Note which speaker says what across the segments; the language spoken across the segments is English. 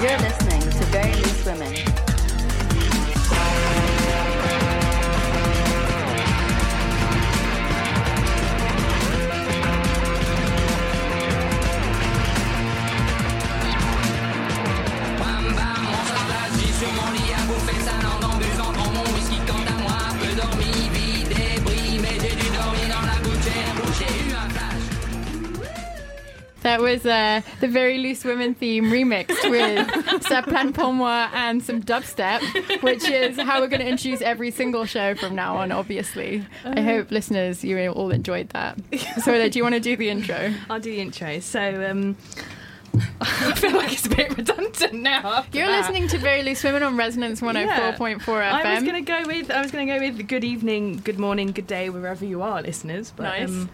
Speaker 1: You're listening to Very Loose Women.
Speaker 2: That was uh, the Very Loose Women theme remixed with Ça Plane Pour Moi and some dubstep, which is how we're going to introduce every single show from now on, obviously.
Speaker 3: Uh-huh.
Speaker 2: I hope, listeners, you all enjoyed that. So, do you want to do the intro?
Speaker 3: I'll do the intro. So um, I feel like it's a bit redundant now. after
Speaker 2: You're
Speaker 3: that.
Speaker 2: listening to Very Loose Women on Resonance 104.4 FM.
Speaker 3: I was gonna go with I was gonna go with good evening, good morning, good day, wherever you are, listeners. But, um,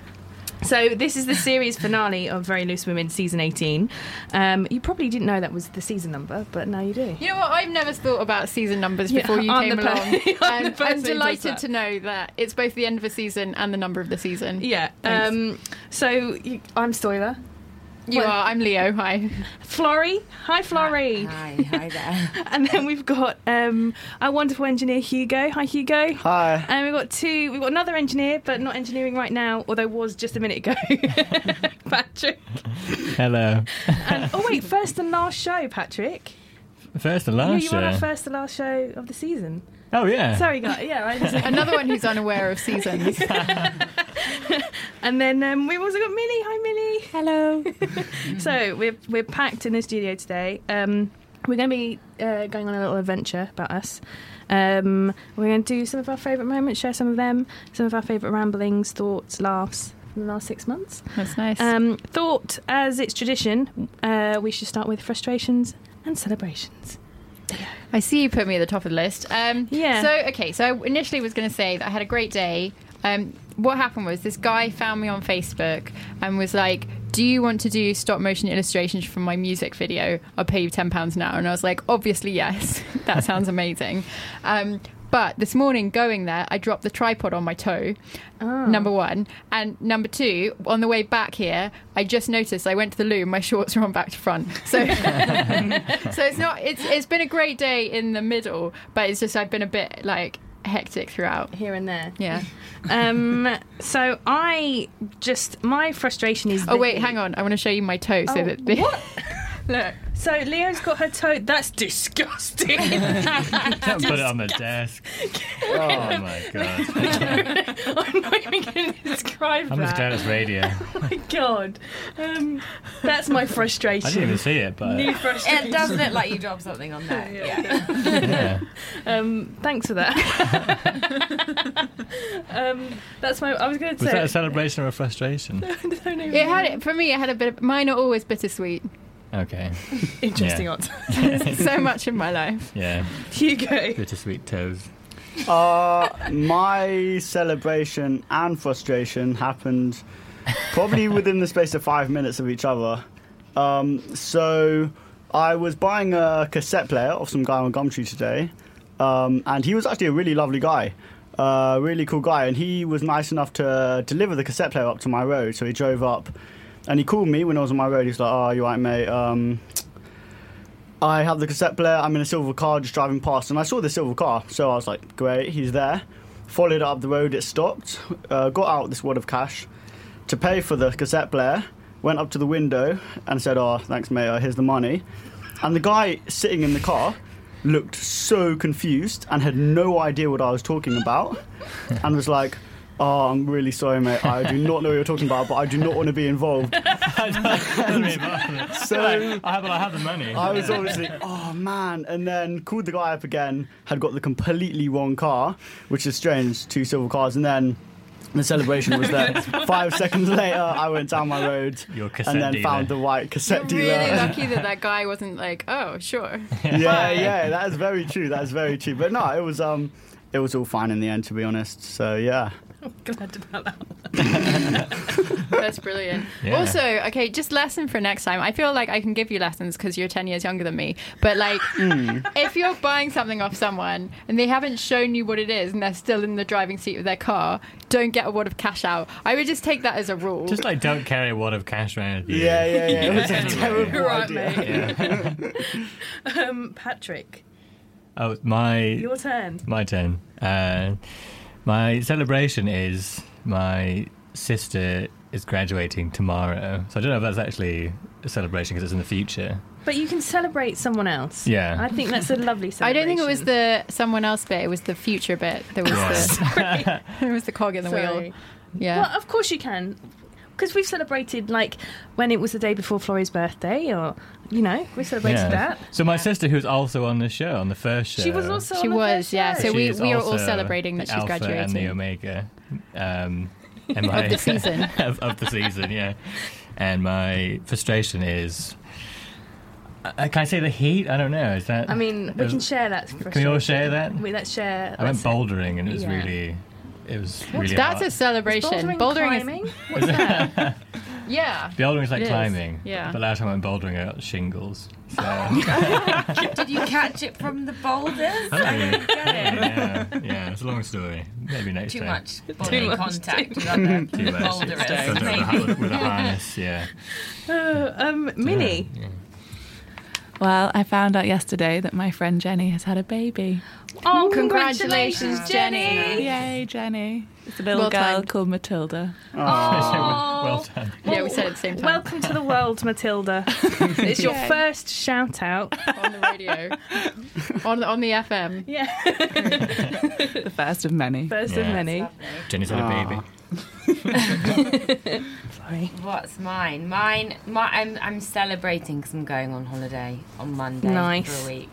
Speaker 2: Nice.
Speaker 3: so this is the series finale of Very Loose Women season 18. Um, you probably didn't know that was the season number, but now you do.
Speaker 2: You know what? I've never thought about season numbers
Speaker 3: Yeah,
Speaker 2: before you
Speaker 3: I'm
Speaker 2: came
Speaker 3: the per-
Speaker 2: along.
Speaker 3: I'm the
Speaker 2: and
Speaker 3: person who
Speaker 2: I'm
Speaker 3: does
Speaker 2: delighted
Speaker 3: that.
Speaker 2: to know that it's both the end of a season and the number of the season.
Speaker 3: Yeah.
Speaker 2: Thanks.
Speaker 3: Um, so you, I'm Stoiler.
Speaker 2: you
Speaker 3: well-
Speaker 2: are. I'm Leo. Hi.
Speaker 3: Florrie. Hi, Florrie.
Speaker 1: Hi, hi there.
Speaker 3: And then we've got um, our wonderful engineer Hugo. Hi, Hugo.
Speaker 4: Hi.
Speaker 3: And we've got two. We've got another engineer, but not engineering right now, although was just a minute ago. Patrick.
Speaker 4: Hello.
Speaker 3: And, oh wait, first and last show, Patrick.
Speaker 4: First and
Speaker 3: Yeah,
Speaker 4: last
Speaker 3: you were on our
Speaker 4: show.
Speaker 3: first and last show of the season.
Speaker 4: Oh yeah.
Speaker 3: Sorry, guys. Yeah, right.
Speaker 2: Another one who's unaware of seasons.
Speaker 3: and then um, we've also got Millie. Hi, Millie. Hello. so we're we're packed in the studio today. Um, we're going to be uh, going on a little adventure about us. Um, we're going to do some of our favourite moments, share some of them, some of our favourite ramblings, thoughts, laughs from the last six months.
Speaker 2: That's nice.
Speaker 3: Um, thought, as its tradition, uh, we should start with frustrations and celebrations.
Speaker 2: I see you put me at the top of the list. Um,
Speaker 3: Yeah.
Speaker 2: So okay, so I initially was going to say that I had a great day. Um, what happened was this guy found me on Facebook and was like, "Do you want to do stop motion illustrations for my music video? I'll pay you ten pounds an hour." And I was like, "Obviously, yes. that sounds amazing." Um, but this morning, going there, I dropped the tripod on my toe.
Speaker 3: Ah. Hmm.
Speaker 2: Number one, and number two, on the way back here, I just noticed I went to the loo. My shorts are on back to front, so so it's not it's it's been a great day in the middle but it's just i've been a bit like hectic throughout
Speaker 3: Here and there.
Speaker 2: yeah
Speaker 3: Um, so I just my frustration is.
Speaker 2: oh wait hang on i want to show you my toe so
Speaker 3: Oh,
Speaker 2: that the
Speaker 3: what?
Speaker 2: look
Speaker 3: So Leo's got her toe. That's disgusting. I'm
Speaker 4: Can't put it on the desk. Oh my god.
Speaker 3: not even going to describe
Speaker 4: I'm just
Speaker 3: that.
Speaker 4: glad it's radio.
Speaker 3: My God, um, that's my frustration.
Speaker 4: I didn't even see it, but
Speaker 3: New frustration.
Speaker 1: It does look like you dropped something on there. Yeah.
Speaker 4: yeah.
Speaker 3: Um, thanks for that. um, that's my. I was going to
Speaker 4: Was
Speaker 3: say.
Speaker 4: that a celebration or a frustration?
Speaker 3: I don't
Speaker 2: it
Speaker 3: even
Speaker 2: had it for me it had a bit of mine are always bittersweet
Speaker 4: Okay.
Speaker 3: Interesting
Speaker 4: Yeah.
Speaker 3: answer.
Speaker 2: so much in my life
Speaker 4: Yeah.
Speaker 3: Hugo.
Speaker 4: Bittersweet toes.
Speaker 5: Uh, my celebration and frustration happened probably within the space of five minutes of each other. Um, so I was buying a cassette player off some guy on Gumtree today, um, and he was actually a really lovely guy, uh, really cool guy, and he was nice enough to deliver the cassette player up to my road. So he drove up, and he called me when I was on my road. He's like, "Oh, you right, mate? Um, I have the cassette player. I'm in a silver car just driving past, and I saw the silver car. So I was like, great, he's there. Followed it up the road, it stopped. Uh, got out this wad of cash to pay for the cassette player. Went up to the window and said, oh, thanks, Mayor, here's the money. And the guy sitting in the car looked so confused and had no idea what I was talking about and was like, Oh, I'm really sorry, mate. I do not know what you're talking about, but I do not want to be involved. So,
Speaker 4: I have, well, I have the money.
Speaker 5: I was obviously, oh man, and then called the guy up again, had got the completely wrong car, which is strange, two silver cars, and then the celebration was there. Five seconds later, I went down my road
Speaker 4: Your cassette
Speaker 5: and then
Speaker 4: dealer.
Speaker 5: found the white
Speaker 2: you're
Speaker 5: cassette
Speaker 2: really
Speaker 5: dealer.
Speaker 2: lucky that that guy wasn't like oh sure
Speaker 5: yeah, yeah, that is very true. That is very true. But no, it was um, it was all fine in the end, to be honest. So yeah,
Speaker 3: Glad about that.
Speaker 2: that's brilliant
Speaker 4: Yeah.
Speaker 2: also okay just lesson for next time i feel like i can give you lessons because you're 10 years younger than me but like
Speaker 3: Hmm.
Speaker 2: if you're buying something off someone and they haven't shown you what it is and they're still in the driving seat of their car, don't get a wad of cash out. I would just take that as a rule.
Speaker 4: Just like don't carry a wad of cash around with you.
Speaker 5: yeah, yeah, yeah. It was a
Speaker 4: Yeah.
Speaker 5: terrible
Speaker 3: You're right,
Speaker 5: idea.
Speaker 3: mate.
Speaker 4: Yeah.
Speaker 3: um, Patrick,
Speaker 4: Oh, my
Speaker 3: your turn.
Speaker 4: my turn. Uh, my celebration is my sister is graduating tomorrow, so I don't know if that's actually a celebration because it's in the future.
Speaker 3: But you can celebrate someone else.
Speaker 4: Yeah.
Speaker 3: I think that's a lovely
Speaker 2: I don't
Speaker 3: celebration.
Speaker 2: think it was the someone else bit. It was the future bit. There was the there was the cog in the
Speaker 3: Sorry.
Speaker 2: wheel. Yeah.
Speaker 3: Well, of course you can. Because we've celebrated, like, when it was the day before Florrie's birthday, or, you know, we celebrated
Speaker 4: Yeah.
Speaker 3: that.
Speaker 4: So my sister, who's also on the show, on the first show,
Speaker 3: She was also
Speaker 2: She
Speaker 3: on the
Speaker 2: was,
Speaker 3: first
Speaker 2: yeah,
Speaker 3: show.
Speaker 2: so we-
Speaker 4: is
Speaker 2: we are all
Speaker 4: also
Speaker 2: celebrating that
Speaker 4: the
Speaker 2: she's
Speaker 4: alpha and
Speaker 2: graduating.
Speaker 4: the omega um, and my,
Speaker 2: Of the season.
Speaker 4: of, of the season, yeah. And my frustration is, uh, can I say the heat? I don't know. Is that?
Speaker 3: I mean, we
Speaker 4: is-
Speaker 3: can share that. for
Speaker 4: Can we all
Speaker 3: sure.
Speaker 4: share that?
Speaker 3: We, let's share.
Speaker 4: I
Speaker 3: let's-
Speaker 4: went bouldering and it was
Speaker 3: Yeah.
Speaker 4: really, it was really.
Speaker 2: That's
Speaker 4: hard.
Speaker 2: a celebration.
Speaker 3: Bouldering,
Speaker 2: is
Speaker 3: climbing.
Speaker 2: what's that? yeah.
Speaker 4: Bouldering is like
Speaker 2: It is,
Speaker 4: climbing.
Speaker 2: yeah.
Speaker 4: But last time I went bouldering, I got shingles. So
Speaker 1: Did you catch it from the boulders?
Speaker 4: yeah,
Speaker 1: Get it?
Speaker 4: yeah, it's a long story. Maybe next
Speaker 1: Too
Speaker 4: time.
Speaker 1: much body
Speaker 3: much.
Speaker 1: contact with other
Speaker 4: Too much.
Speaker 1: boulderers.
Speaker 4: Sometimes with a
Speaker 1: Maybe.
Speaker 4: har- with a harness, yeah.
Speaker 3: Oh, um, Minnie.
Speaker 6: Well, I found out yesterday that my friend Jenny has had a baby.
Speaker 3: Oh,
Speaker 2: Congratulations, Jenny.
Speaker 6: Yay, Jenny. It's a little
Speaker 2: Well
Speaker 6: girl
Speaker 2: timed.
Speaker 6: called Matilda.
Speaker 1: Oh.
Speaker 4: well, well done.
Speaker 2: yeah, we said it at the same time
Speaker 3: Welcome to the world, Matilda. it's your
Speaker 6: Yay.
Speaker 3: first shout out.
Speaker 2: on the radio, on on the FM.
Speaker 3: Yeah.
Speaker 6: The first of many.
Speaker 3: First of
Speaker 4: Yeah.
Speaker 3: many.
Speaker 4: Jenny's had a
Speaker 1: Ah.
Speaker 4: baby.
Speaker 1: What's mine? Mine, my, I'm, I'm celebrating because I'm going on holiday on Monday
Speaker 3: Nice.
Speaker 1: for a week.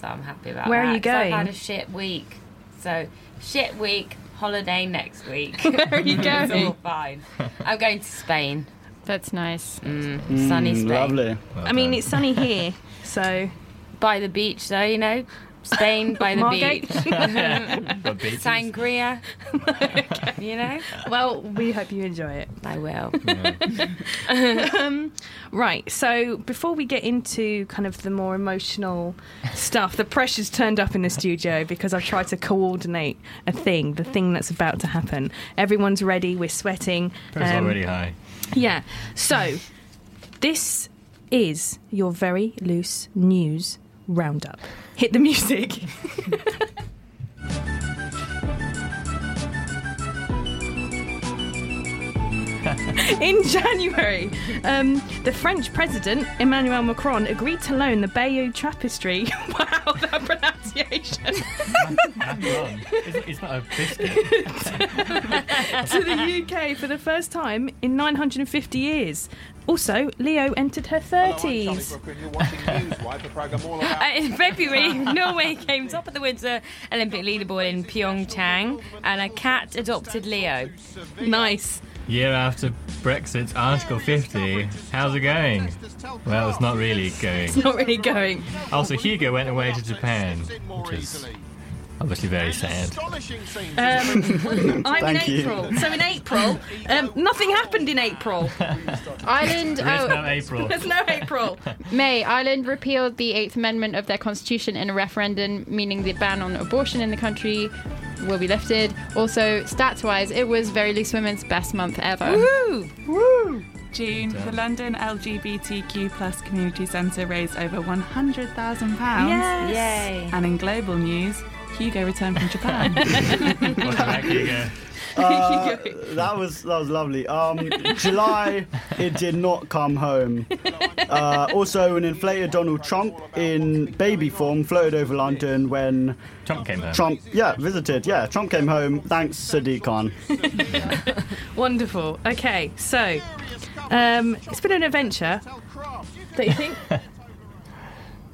Speaker 1: So I'm happy about
Speaker 3: Where
Speaker 1: that.
Speaker 3: are you
Speaker 1: 'cause
Speaker 3: going?
Speaker 1: I've had a shit week. So, shit week, holiday next week.
Speaker 3: Where are you
Speaker 1: it's all
Speaker 3: going?
Speaker 1: fine. I'm going to Spain.
Speaker 2: That's nice.
Speaker 1: Mm, sunny Spain.
Speaker 5: Lovely.
Speaker 4: Well
Speaker 3: I mean,
Speaker 4: done.
Speaker 3: it's sunny here, so
Speaker 1: By the beach, though, you know? Spain by the
Speaker 3: Margate.
Speaker 1: beach.
Speaker 4: Got beaches.
Speaker 1: Sangria. You know?
Speaker 3: well, we hope you enjoy it.
Speaker 1: I will.
Speaker 3: Right. So before we get into kind of the more emotional stuff, the pressure's turned up in the studio because I've tried to coordinate a thing, the thing that's about to happen. Everyone's ready. We're sweating.
Speaker 4: Pressure's
Speaker 3: um,
Speaker 4: already high.
Speaker 3: Yeah. So this is your very loose news roundup. Hit the music. In January, um, the French president Emmanuel Macron agreed to loan the Bayeux Tapestry. wow, that pronunciation!
Speaker 4: it's, it's not a biscuit.
Speaker 3: to the UK for the first time in 950 years. Also, Leo entered her 30s.
Speaker 1: Uh, in February, Norway came top of the Winter Olympic leaderboard in Pyeongchang, and a cat adopted Leo.
Speaker 3: Nice.
Speaker 4: Year after Brexit's Article 50, how's it going? Well, it's not really going.
Speaker 3: Not really going.
Speaker 4: Also, Hugo went away to Japan, which is obviously very sad.
Speaker 3: Um, I'm
Speaker 5: Thank
Speaker 3: in
Speaker 5: you.
Speaker 3: April. So in April, um, nothing happened in April.
Speaker 2: Ireland.
Speaker 4: There is
Speaker 2: Oh,
Speaker 4: no April.
Speaker 3: There's no April.
Speaker 2: May Ireland repealed the Eighth Amendment of their constitution in a referendum, meaning the ban on abortion in the country will be lifted. Also, stats-wise, it was Very Loose Women's best month ever.
Speaker 3: Woo! Woo!
Speaker 6: June, the London LGBTQ plus community centre raised over £100,000.
Speaker 3: Yes.
Speaker 1: Yay!
Speaker 6: And in global news, Hugo returned from Japan.
Speaker 4: Welcome back, Hugo.
Speaker 5: Uh, that was that was lovely. Um, July, it did not come home. Uh, also, an inflated Donald Trump in baby form floated over London when
Speaker 4: Trump came home.
Speaker 5: Trump, yeah, visited. Yeah, Trump came home. Thanks, Sadiq Khan.
Speaker 3: Wonderful. Okay, so um, it's been an adventure. Don't you think?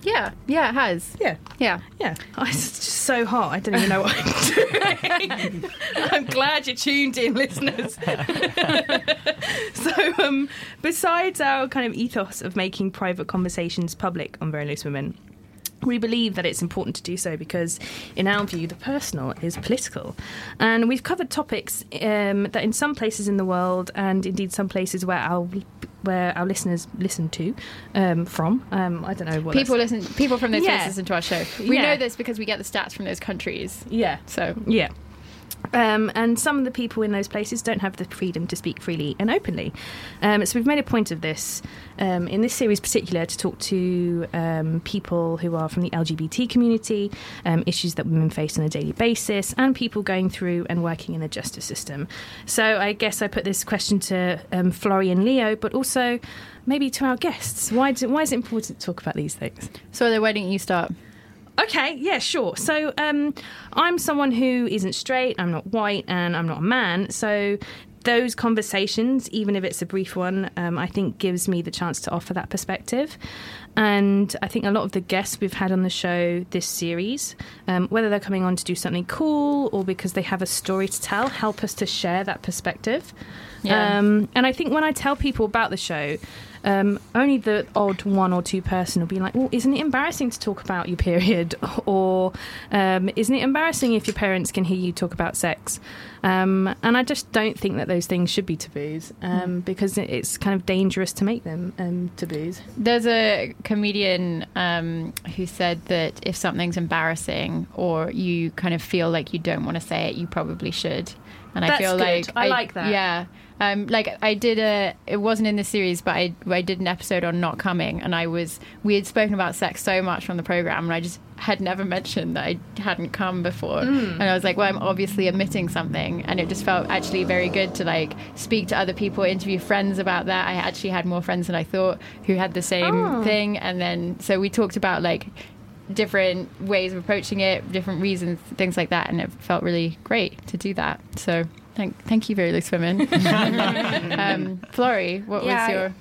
Speaker 2: Yeah, yeah, it has.
Speaker 3: yeah.
Speaker 2: Yeah.
Speaker 3: Yeah. Oh, it's just so hot. I don't even know what I'm doing. I'm glad you tuned in, listeners. so, um, besides our kind of ethos of making private conversations public on Very Loose Women, we believe that it's important to do so because, in our view, the personal is political. And we've covered topics um, that, in some places in the world, and indeed some places where our where our listeners listen to um, from, um, I don't know what
Speaker 2: People
Speaker 3: that's-
Speaker 2: listen. People from those
Speaker 3: Yeah.
Speaker 2: places listen to our show. We
Speaker 3: Yeah.
Speaker 2: know this because we get the stats from those countries.
Speaker 3: yeah,
Speaker 2: So
Speaker 3: Yeah. Um, and some of the people in those places don't have the freedom to speak freely and openly. Um, so we've made a point of this um, in this series, particular, to talk to um, people who are from the LGBT community, um, issues that women face on a daily basis, and people going through and working in the justice system. So I guess I put this question to um, Florrie and Leo, but also maybe to our guests. Why, do, why is it important to talk about these things?
Speaker 2: So, why don't you start?
Speaker 3: Okay, yeah, sure. So um, I'm someone who isn't straight, I'm not white, and I'm not a man. So those conversations, even if it's a brief one, um, I think gives me the chance to offer that perspective. And I think a lot of the guests we've had on the show this series, um, whether they're coming on to do something cool or because they have a story to tell, help us to share that perspective.
Speaker 2: Yeah.
Speaker 3: Um, and I think when I tell people about the show, um, only the odd one or two person will be like, well, isn't it embarrassing to talk about your period? Or um, isn't it embarrassing if your parents can hear you talk about sex? Um, and I just don't think that those things should be taboos
Speaker 1: Mm.
Speaker 3: um, because it- it's kind of dangerous to make them um, taboos.
Speaker 2: There's a comedian um, who said that if something's embarrassing or you kind of feel like you don't want to say it, you probably should. And I
Speaker 3: That's
Speaker 2: feel
Speaker 3: good.
Speaker 2: like
Speaker 3: I like that.
Speaker 2: Yeah, um, like I did a. It wasn't in the series, but I I did an episode on not coming, and I was we had spoken about sex so much on the program, and I just had never mentioned that I hadn't come before, and I was like, well, I'm obviously omitting something, and it just felt actually very good to like speak to other people, interview friends about that. I actually had more friends than I thought who had the same
Speaker 3: Oh.
Speaker 2: thing, and then so we talked about like different ways of approaching it, different reasons, things like that, and it felt really great to do that. So. Thank, thank you, Fearless Women. um, Florrie, what
Speaker 1: Yeah,
Speaker 2: was
Speaker 1: I-
Speaker 2: your?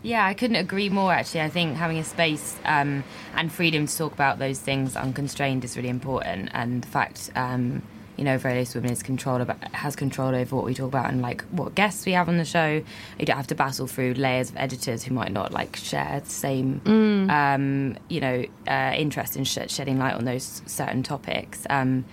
Speaker 1: Yeah, I couldn't agree more. Actually, I think having a space um, and freedom to talk about those things unconstrained is really important. And the fact, um, you know, various women is control about, has control over what we talk about and like what guests we have on the show. You don't have to battle through layers of editors who might not like share the same, um, you know, uh, interest in sh- shedding light on those certain topics. Um,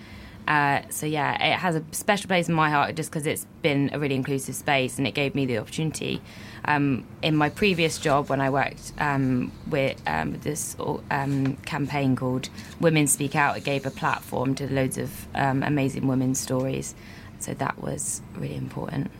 Speaker 1: uh, so yeah, it has a special place in my heart just because it's been a really inclusive space, and it gave me the opportunity. Um, in my previous job, when I worked um, with um, this um, campaign called Women Speak Out, it gave a platform to loads of um, amazing women's stories. So that was really important.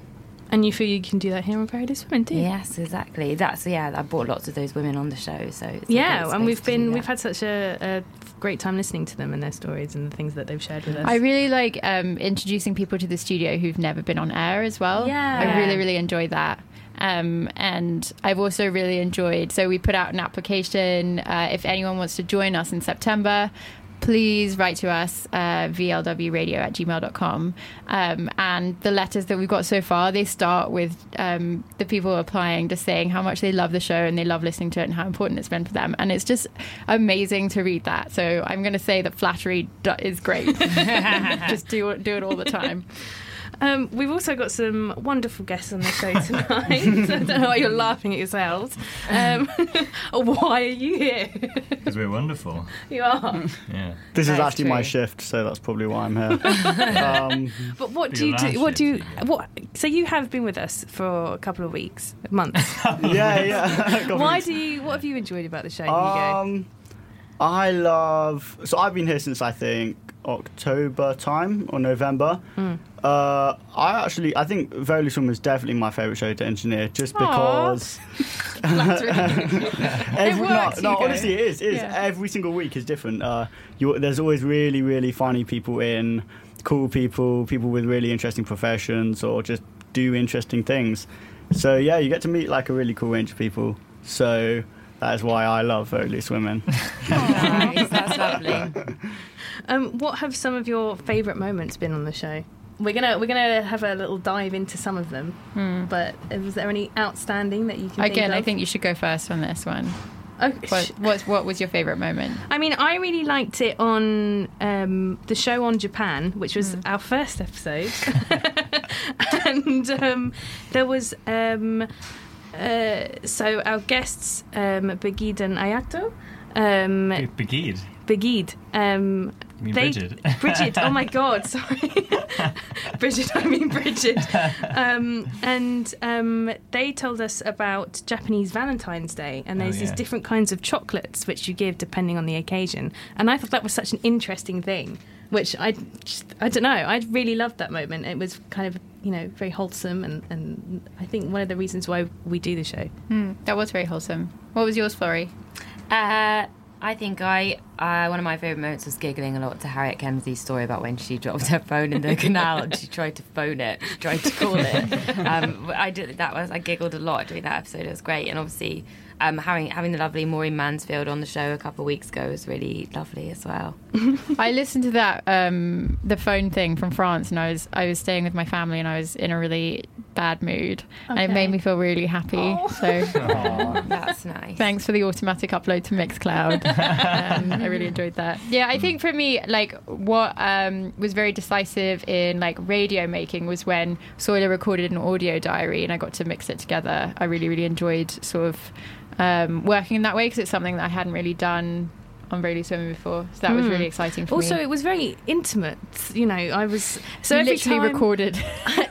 Speaker 3: And you feel you can do that here on Paradise Women, do you?
Speaker 1: Yes, exactly. That's yeah. I brought lots of those women on the show, so it's a
Speaker 3: Yeah,
Speaker 1: great
Speaker 3: and we've
Speaker 1: space to do
Speaker 3: been
Speaker 1: that.
Speaker 3: we've had such a, a great time listening to them and their stories and the things that they've shared with us.
Speaker 2: I really like um, introducing people to the studio who've never been on air as well.
Speaker 3: Yeah.
Speaker 2: I really, really enjoy that. Um, and I've also really enjoyed, so we put out an application. Uh, if anyone wants to join us in September, please write to us, uh, vlwradio at gmail.com. Um, and the letters that we've got so far, they start with um, the people applying just saying how much they love the show and they love listening to it and how important it's been for them. And it's just amazing to read that. So I'm going to say that flattery do- is great just do it, do it all the time.
Speaker 3: Um, we've also got some wonderful guests on the show tonight. I don't know why you're laughing at yourselves. Um, or why are you here?
Speaker 4: Because we're wonderful.
Speaker 3: you are.
Speaker 4: Yeah.
Speaker 5: This is
Speaker 2: That's
Speaker 5: actually my
Speaker 2: true.
Speaker 5: shift, so that's probably why I'm here. um,
Speaker 3: But what
Speaker 4: But
Speaker 3: do you
Speaker 4: you're
Speaker 3: do? What do you?
Speaker 4: laughing.
Speaker 3: What? So you have been with us for a couple of weeks, months.
Speaker 5: yeah, yeah. Got
Speaker 3: why
Speaker 5: me.
Speaker 3: do you? What have you enjoyed about the show, Hugo?
Speaker 5: Um, I love. So I've been here since I think October time or November. Uh, I actually, I think Very Swim is definitely my favourite show to engineer, just
Speaker 3: Aw.
Speaker 5: because. every,
Speaker 2: works,
Speaker 5: no, no
Speaker 2: Hugo.
Speaker 5: honestly, it is. It is.
Speaker 2: Yeah.
Speaker 5: Every single week is different. Uh, you, there's always really, really funny people in, cool people, people with really interesting professions, or just do interesting things. So yeah, you get to meet like a really cool range of people. So that is why I love Very Loose Women.
Speaker 1: Nice, that's lovely.
Speaker 3: Um, what have some of your favourite moments been on the show? We're gonna we're gonna have a little dive into some of them. But was there any outstanding that you can?
Speaker 2: Hmm. Again, I
Speaker 3: think
Speaker 2: think you should go first on this one.
Speaker 3: of? Oh,
Speaker 2: What, what, what was your favorite moment?
Speaker 3: I mean, I really liked it on um, the show on Japan, which was our first episode, and um, there was. Um, uh, so our guests, um, Begid and Ayato, um,
Speaker 4: Big Begid.
Speaker 3: Begid, um,
Speaker 4: You mean
Speaker 3: They-
Speaker 4: Bridget?
Speaker 3: Bridget. Oh my God, sorry, Bridget. I mean Bridget. Um, and um, they told us about Japanese Valentine's Day, and
Speaker 4: Oh,
Speaker 3: there's these
Speaker 4: yeah.
Speaker 3: different kinds of chocolates which you give depending on the occasion. And I thought that was such an interesting thing, which I, just, I don't know, I really loved that moment. It was kind of you know very wholesome, and, and I think one of the reasons why we do the show.
Speaker 2: Hmm, that was very wholesome. What was yours, Florrie?
Speaker 1: Uh, I think I uh, one of my favourite moments was giggling a lot to Harriet Kemsley's story about when she dropped her phone in the canal and she tried to phone it, she tried to call it. Um, I did that was I giggled a lot during that episode. It was great, and obviously um, having having the lovely Maureen Mansfield on the show a couple of weeks ago was really lovely as well.
Speaker 2: I listened to that um, the phone thing from France, and I was I was staying with my family, and I was in a really bad mood, and it
Speaker 3: Okay. Oh.
Speaker 2: made me feel really happy. So
Speaker 4: Aw.
Speaker 1: That's nice.
Speaker 2: Thanks for the automatic upload to Mixcloud. um, I really enjoyed that. Yeah, I think for me, like what um, was very decisive in like radio making was when Soiler recorded an audio diary and I got to mix it together. I really, really enjoyed sort of um, working in that way because it's something that I hadn't really done on Really Swimming before. So that was
Speaker 3: Hmm.
Speaker 2: really exciting for
Speaker 3: Also,
Speaker 2: me.
Speaker 3: it was very intimate. You know, I was so
Speaker 2: you
Speaker 3: every
Speaker 2: literally
Speaker 3: time,
Speaker 2: recorded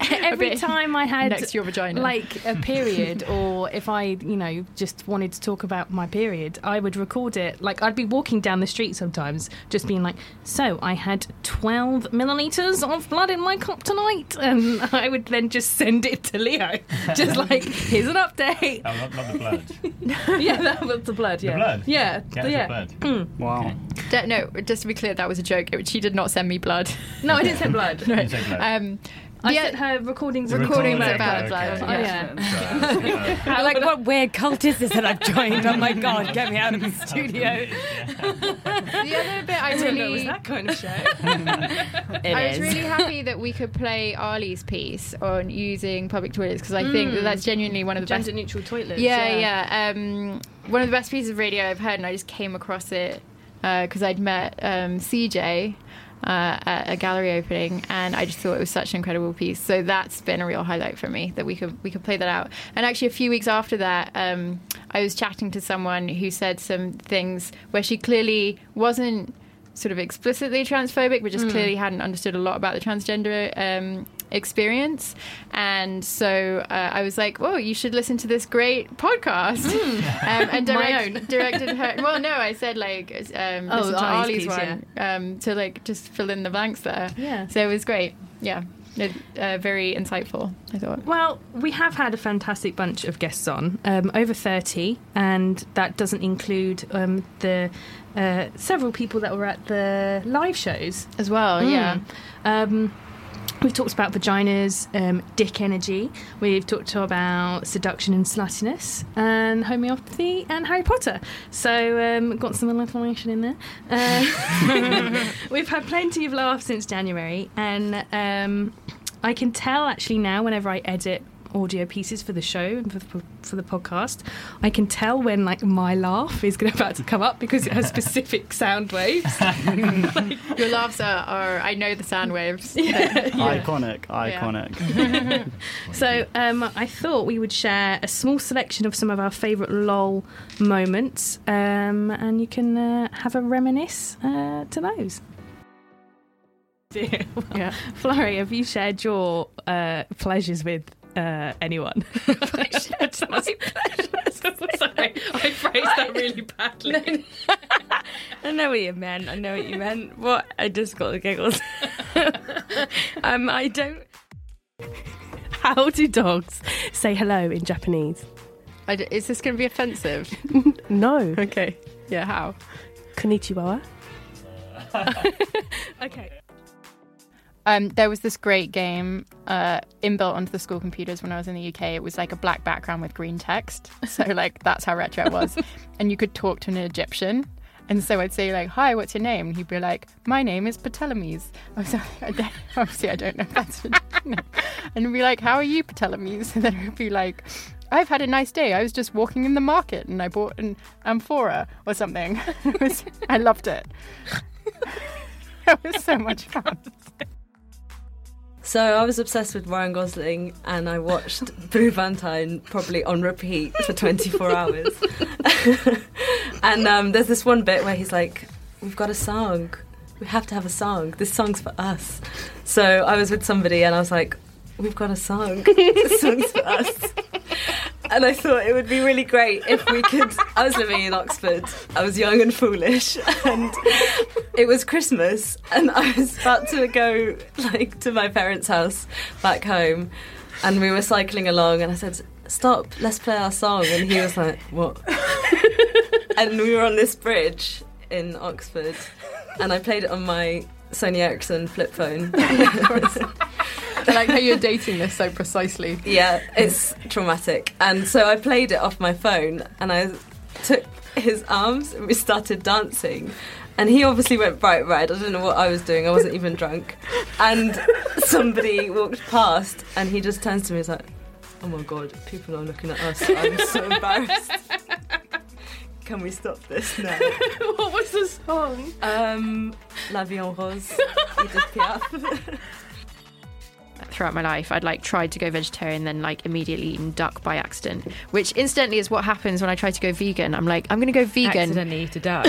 Speaker 3: every
Speaker 2: bit
Speaker 3: time I had
Speaker 2: next to your vagina.
Speaker 3: like a period or if i you know just wanted to talk about my period i would record it like i'd be walking down the street sometimes just being like so i had 12 milliliters of blood in my cup tonight and i would then just send it to leo just like here's an update
Speaker 4: Oh, not, not the blood.
Speaker 3: yeah that was the blood
Speaker 4: The
Speaker 3: yeah
Speaker 4: blood?
Speaker 3: yeah
Speaker 4: Yeah,
Speaker 3: yeah,
Speaker 4: it's the blood.
Speaker 5: Wow.
Speaker 4: Okay.
Speaker 2: D- no, just to be clear, that was a joke. It- she did not send me blood.
Speaker 3: no i didn't say blood
Speaker 4: You said blood.
Speaker 2: Um,
Speaker 3: i
Speaker 2: yeah,
Speaker 3: sent her recordings
Speaker 4: The
Speaker 3: of
Speaker 2: recordings
Speaker 4: recording,
Speaker 2: about blood,
Speaker 4: okay.
Speaker 3: yeah.
Speaker 4: Right,
Speaker 1: I'm like, what weird cult is this that I've joined? Oh my god, get me out of the studio.
Speaker 2: the other bit I
Speaker 3: I
Speaker 2: really
Speaker 3: didn't know it was that kind of show.
Speaker 1: It
Speaker 2: I was
Speaker 1: is.
Speaker 2: really happy that we could play Ali's piece on using public toilets because I think
Speaker 1: Mm.
Speaker 2: that that's genuinely one of the best.
Speaker 3: neutral toilets.
Speaker 2: Yeah, yeah. Um, one of the best pieces of radio I've heard, and I just came across it because I'd met um, CJ. Uh, at a gallery opening, and I just thought it was such an incredible piece. So that's been a real highlight for me that we could we could play that out. And actually, a few weeks after that, um, I was chatting to someone who said some things where she clearly wasn't sort of explicitly transphobic, but just clearly hadn't understood a lot about the transgender um, experience. And so uh, I was like, "Whoa, you should listen to this great podcast." um, and
Speaker 3: My
Speaker 2: direct,
Speaker 3: own.
Speaker 2: directed her. Well, no, I said like, um,
Speaker 3: Oh,
Speaker 2: listen to
Speaker 3: Ali's
Speaker 2: Ali's
Speaker 3: piece,
Speaker 2: one um, to like just fill in the blanks there.
Speaker 3: Yeah.
Speaker 2: So it was great. Yeah. It, uh, very insightful, I thought.
Speaker 3: Well, we have had a fantastic bunch of guests on, um, over 30, and that doesn't include um, the uh, several people that were at the live shows.
Speaker 2: As well, yeah.
Speaker 3: Um, we've talked about vaginas, um, dick energy, we've talked about seduction and sluttiness, and homeopathy, and Harry Potter. So, um, got some information in there. Uh, we've had plenty of laughs since January, and um, I can tell actually now whenever I edit audio pieces for the show and for the, for the podcast i can tell when like my laugh is gonna about to come up because it has specific sound waves
Speaker 2: Your laughs are, are I know the sound waves.
Speaker 5: Iconic, iconic.
Speaker 3: So um, I thought we would share a small selection of some of our favourite LOL moments, um, and you can uh, have a reminisce uh, to those. Dear. Well,
Speaker 2: Yeah.
Speaker 3: Flurry, have you shared your uh, pleasures with uh, anyone? pleasures, my pleasures. Sorry, I phrased that really badly.
Speaker 7: I know what you meant. I know what you meant. What? I just got the giggles. um, I don't. How do dogs say hello in Japanese?
Speaker 2: I d- is this going to be offensive?
Speaker 7: No.
Speaker 2: okay. Yeah, how?
Speaker 7: Konnichiwa.
Speaker 3: okay.
Speaker 2: Um, there was this great game uh, inbuilt onto the school computers when I was in the UK. It was like a black background with green text. So, like, that's how retro it was. and you could talk to an Egyptian. And so I'd say, like, hi, what's your name? And he'd be like, my name is Ptolemies. I was like, I don't- obviously, I don't know if that's. no. And he'd be like, how are you, Ptolemies? And then he'd be like, I've had a nice day. I was just walking in the market and I bought an amphora or something. It was- I loved it. it was so much fun.
Speaker 8: So I was obsessed with Ryan Gosling, and I watched Boo Valentine probably on repeat for 24 hours. and um, there's this one bit where he's like, "We've got a song," we have to have a song. This song's for us. So I was with somebody and I was like, we've got a song. this song's for us. And I thought it would be really great if we could. I was living in Oxford. I was young and foolish, and it was Christmas, and I was about to go like to my parents' house back home, and we were cycling along, and I said, "Stop, let's play our song," and he was like, "What?" and we were on this bridge in Oxford, and I played it on my Sony Ericsson flip phone.
Speaker 2: I like how you're dating this so precisely.
Speaker 8: Yeah, it's traumatic. And so I played it off my phone and I took his arms and we started dancing. And he obviously went bright red. I don't know what I was doing. I wasn't even drunk. And somebody walked past and he just turns to me and is like, Oh my god, people are looking at us. I'm so embarrassed. Can we stop this now?
Speaker 3: what was the song?
Speaker 8: Um, La Vie en Rose, Edith Piaf.
Speaker 2: Throughout my life, I'd like tried to go vegetarian, then like immediately eaten duck by accident, which incidentally is what happens when I try to go vegan. I'm like, I'm going to go vegan.
Speaker 1: Accidentally to die.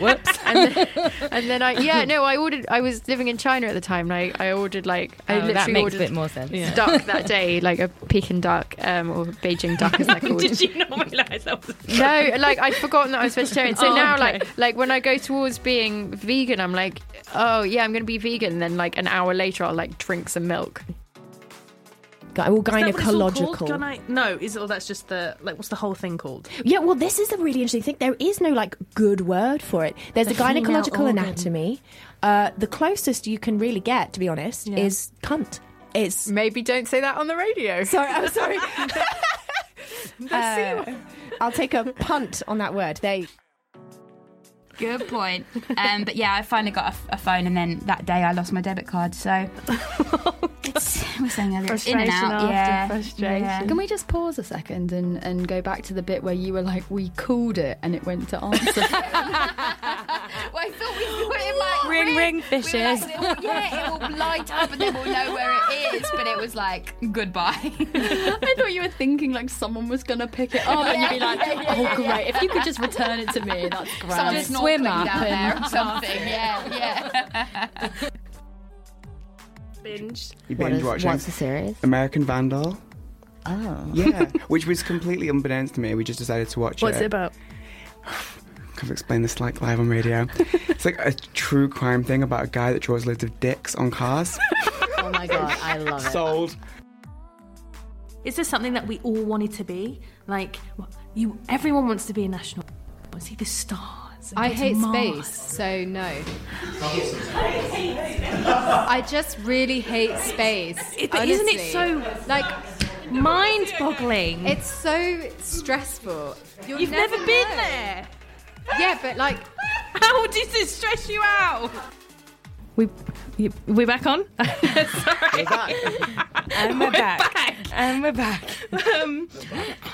Speaker 1: Whoops.
Speaker 2: and then, and then I yeah no I ordered I was living in China at the time and I, I ordered like I
Speaker 1: Oh,
Speaker 2: literally
Speaker 1: that makes a
Speaker 2: ordered
Speaker 1: bit more sense.
Speaker 2: duck that day like a Peking duck um, or Beijing duck as they're called
Speaker 1: Did you not realise that was
Speaker 2: no like I'd forgotten that I was vegetarian so
Speaker 1: Oh,
Speaker 2: now
Speaker 1: okay.
Speaker 2: like like when I go towards being vegan I'm like oh yeah I'm gonna be vegan and then like an hour later I'll like drink some milk
Speaker 9: Gy- well,
Speaker 3: Is that what it's all called?
Speaker 9: gynecological.
Speaker 3: Gyne- no, is it, or that's just the like? What's the whole thing called?
Speaker 9: Yeah, well, this is a really interesting thing. There is no like good word for it. There's
Speaker 2: It's
Speaker 9: a
Speaker 2: a female
Speaker 9: gynecological
Speaker 2: organ.
Speaker 9: anatomy. Uh, the closest you can really get, to be honest, is cunt. It's
Speaker 2: maybe don't say that on the radio
Speaker 9: sorry. I'm sorry. Uh, I'll take a punt on that word. They
Speaker 10: Good point. Um, but yeah, I finally got a f- a, phone, and then that day I lost my debit card. So it's, we're saying that it's in and
Speaker 3: Frustration
Speaker 10: out.
Speaker 3: after
Speaker 10: yeah,
Speaker 3: frustration.
Speaker 10: Yeah.
Speaker 11: Can we just pause a second and, and go back to the bit where you were like, we called it and it went to answer?
Speaker 10: Well, I thought we put it like
Speaker 7: Ring, ring, fishes.
Speaker 10: We were like, yeah, it will light up, and then we'll know where it is. But it was like goodbye.
Speaker 11: I thought you were thinking like someone was going to pick it up and you'd be like, oh, great. If you could just return it to me, that's great.
Speaker 10: Someone's
Speaker 11: Swim
Speaker 10: snorkeling
Speaker 11: up
Speaker 10: down there
Speaker 11: and
Speaker 10: or something. Yeah, yeah.
Speaker 3: Binge.
Speaker 12: You
Speaker 9: what
Speaker 12: binge
Speaker 9: is,
Speaker 12: watching
Speaker 9: what's the series?
Speaker 12: American Vandal.
Speaker 9: Oh,
Speaker 12: Yeah, which was completely unbeknownst to me. We just decided to watch
Speaker 3: What's
Speaker 12: it.
Speaker 3: it about?
Speaker 12: Can't explain this like live on radio. it's like a true crime thing about a guy that draws loads of dicks on cars.
Speaker 9: oh my god, I love it.
Speaker 12: Sold.
Speaker 7: Is this something that we all wanted to be? Like you, everyone wants to be a national. See the stars.
Speaker 11: I hate space, so no. I just really hate space.
Speaker 7: but isn't it
Speaker 11: honestly.
Speaker 7: so-
Speaker 11: like
Speaker 7: Mind-boggling.
Speaker 11: it's so stressful? You'll
Speaker 7: You've never,
Speaker 11: know.
Speaker 7: been there.
Speaker 11: Yeah, but like
Speaker 7: How does this stress you out?
Speaker 3: We you, we back on?
Speaker 7: And we're, back. And we're back.
Speaker 3: um,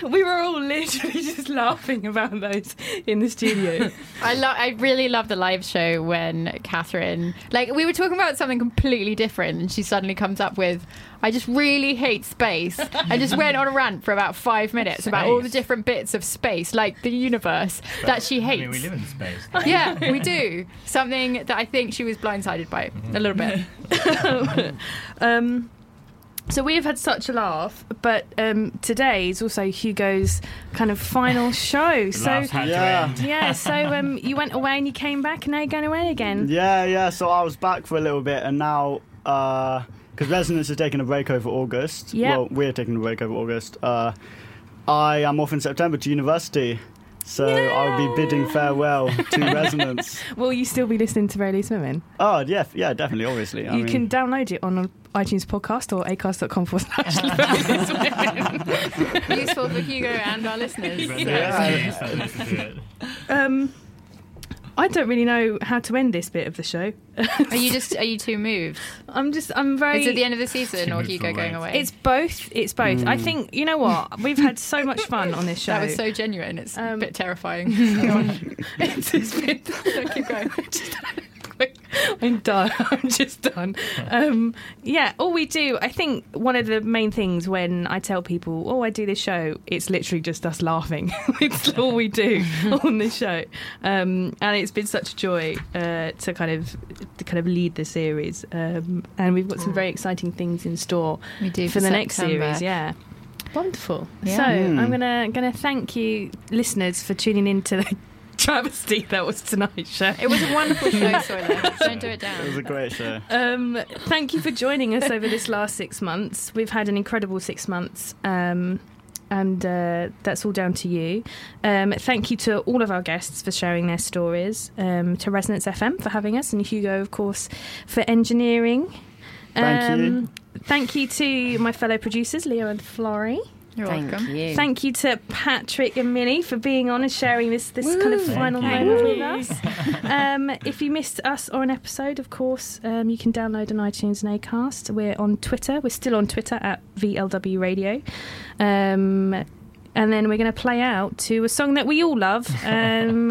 Speaker 3: we were all literally just laughing about those in the studio.
Speaker 2: I love. I really love the live show when Catherine, like, we were talking about something completely different, and she suddenly comes up with, "I just really hate space." I just went on a rant for about five minutes about all the
Speaker 4: Space.
Speaker 2: different bits of space, like the universe, that she
Speaker 4: I
Speaker 2: hates.
Speaker 4: mean, we live in space.
Speaker 2: yeah, we do something that I think she was blindsided by
Speaker 4: Mm-hmm.
Speaker 2: a little bit.
Speaker 3: um, so we have had such a laugh, but um, today is also Hugo's kind of final show. So
Speaker 4: Laughs had to
Speaker 5: Yeah.
Speaker 4: end.
Speaker 3: yeah, so um, you went away and you came back, and now you're going away again.
Speaker 5: Yeah, yeah. So I was back for a little bit, and now uh, because Resonance is taking a break over August.
Speaker 3: Yep.
Speaker 5: Well, we're taking a break over August. Uh, I am off in September to university, so I'll be bidding farewell to Resonance.
Speaker 3: Will you still be listening to Rayleigh Swimming?
Speaker 5: Oh yeah, f- yeah, definitely, obviously. I
Speaker 3: you
Speaker 5: mean,
Speaker 3: can download it on iTunes podcast or acast.com forward slash
Speaker 2: Useful for Hugo and our listeners.
Speaker 4: Yeah. Listen to it.
Speaker 3: Um, I don't really know how to end this bit of the show.
Speaker 2: Are you just? Are you too moved?
Speaker 3: I'm just, I'm very.
Speaker 2: Is it the end of the season or
Speaker 4: moved
Speaker 2: Hugo
Speaker 4: away.
Speaker 2: going away?
Speaker 3: It's both. It's both. I
Speaker 5: Hmm.
Speaker 3: think you know what we've had so much fun on this show.
Speaker 2: That was so genuine. It's a
Speaker 3: Um,
Speaker 2: bit terrifying. Go on. it's, it's been, keep going.
Speaker 3: I'm done. I'm just done. Um, yeah, all we do, I think one of the main things when I tell people, oh, I do this show, it's literally just us laughing. it's all we do on this show. Um, and it's been such a joy uh, to kind of to kind of lead the series. Um, and we've got some very exciting things in store
Speaker 2: We do
Speaker 3: for
Speaker 2: for
Speaker 3: the next
Speaker 2: Mm. September.
Speaker 3: series. Yeah. Wonderful.
Speaker 2: Yeah.
Speaker 3: So
Speaker 2: Mm.
Speaker 3: I'm gonna gonna thank you, listeners, for tuning in to the travesty that was tonight's show.
Speaker 2: It was a wonderful show, Soila. Don't do it
Speaker 5: It was
Speaker 2: down.
Speaker 5: a great show.
Speaker 3: Um, thank you for joining us over this last six months. We've had an incredible six months, um, and uh, that's all down to you. Um, thank you to all of our guests for sharing their stories, um, to Resonance FM for having us, and Hugo, of course, for engineering. Um,
Speaker 5: Thank you.
Speaker 3: Thank you to my fellow producers, Leo and Florrie.
Speaker 2: You're
Speaker 1: Thank welcome. you.
Speaker 3: Thank you to Patrick and Minnie for being on and sharing this this kind of
Speaker 1: Woo.
Speaker 3: final
Speaker 1: Thank
Speaker 3: moment
Speaker 1: you.
Speaker 3: with us um, if you missed us or an episode, of course, um, you can download on iTunes and Acast. We're on Twitter. We're still on Twitter at VLW Radio. Um, and then we're going to play out to a song that we all love um,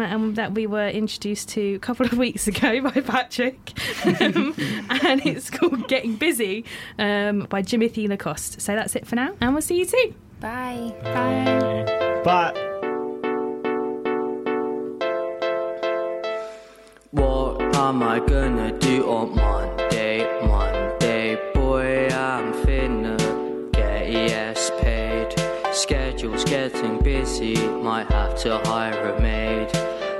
Speaker 3: and that we were introduced to a couple of weeks ago by Patrick. Um, and it's called Getting Busy um, by Jimothy Lacoste. So that's it for now, and we'll see you soon.
Speaker 13: Bye.
Speaker 3: Bye.
Speaker 5: But
Speaker 8: What am I gonna do on Monday? Monday, boy, I'm finna get ES paid. Schedule's getting busy, might have to hire a maid.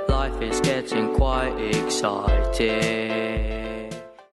Speaker 8: Life is getting quite exciting.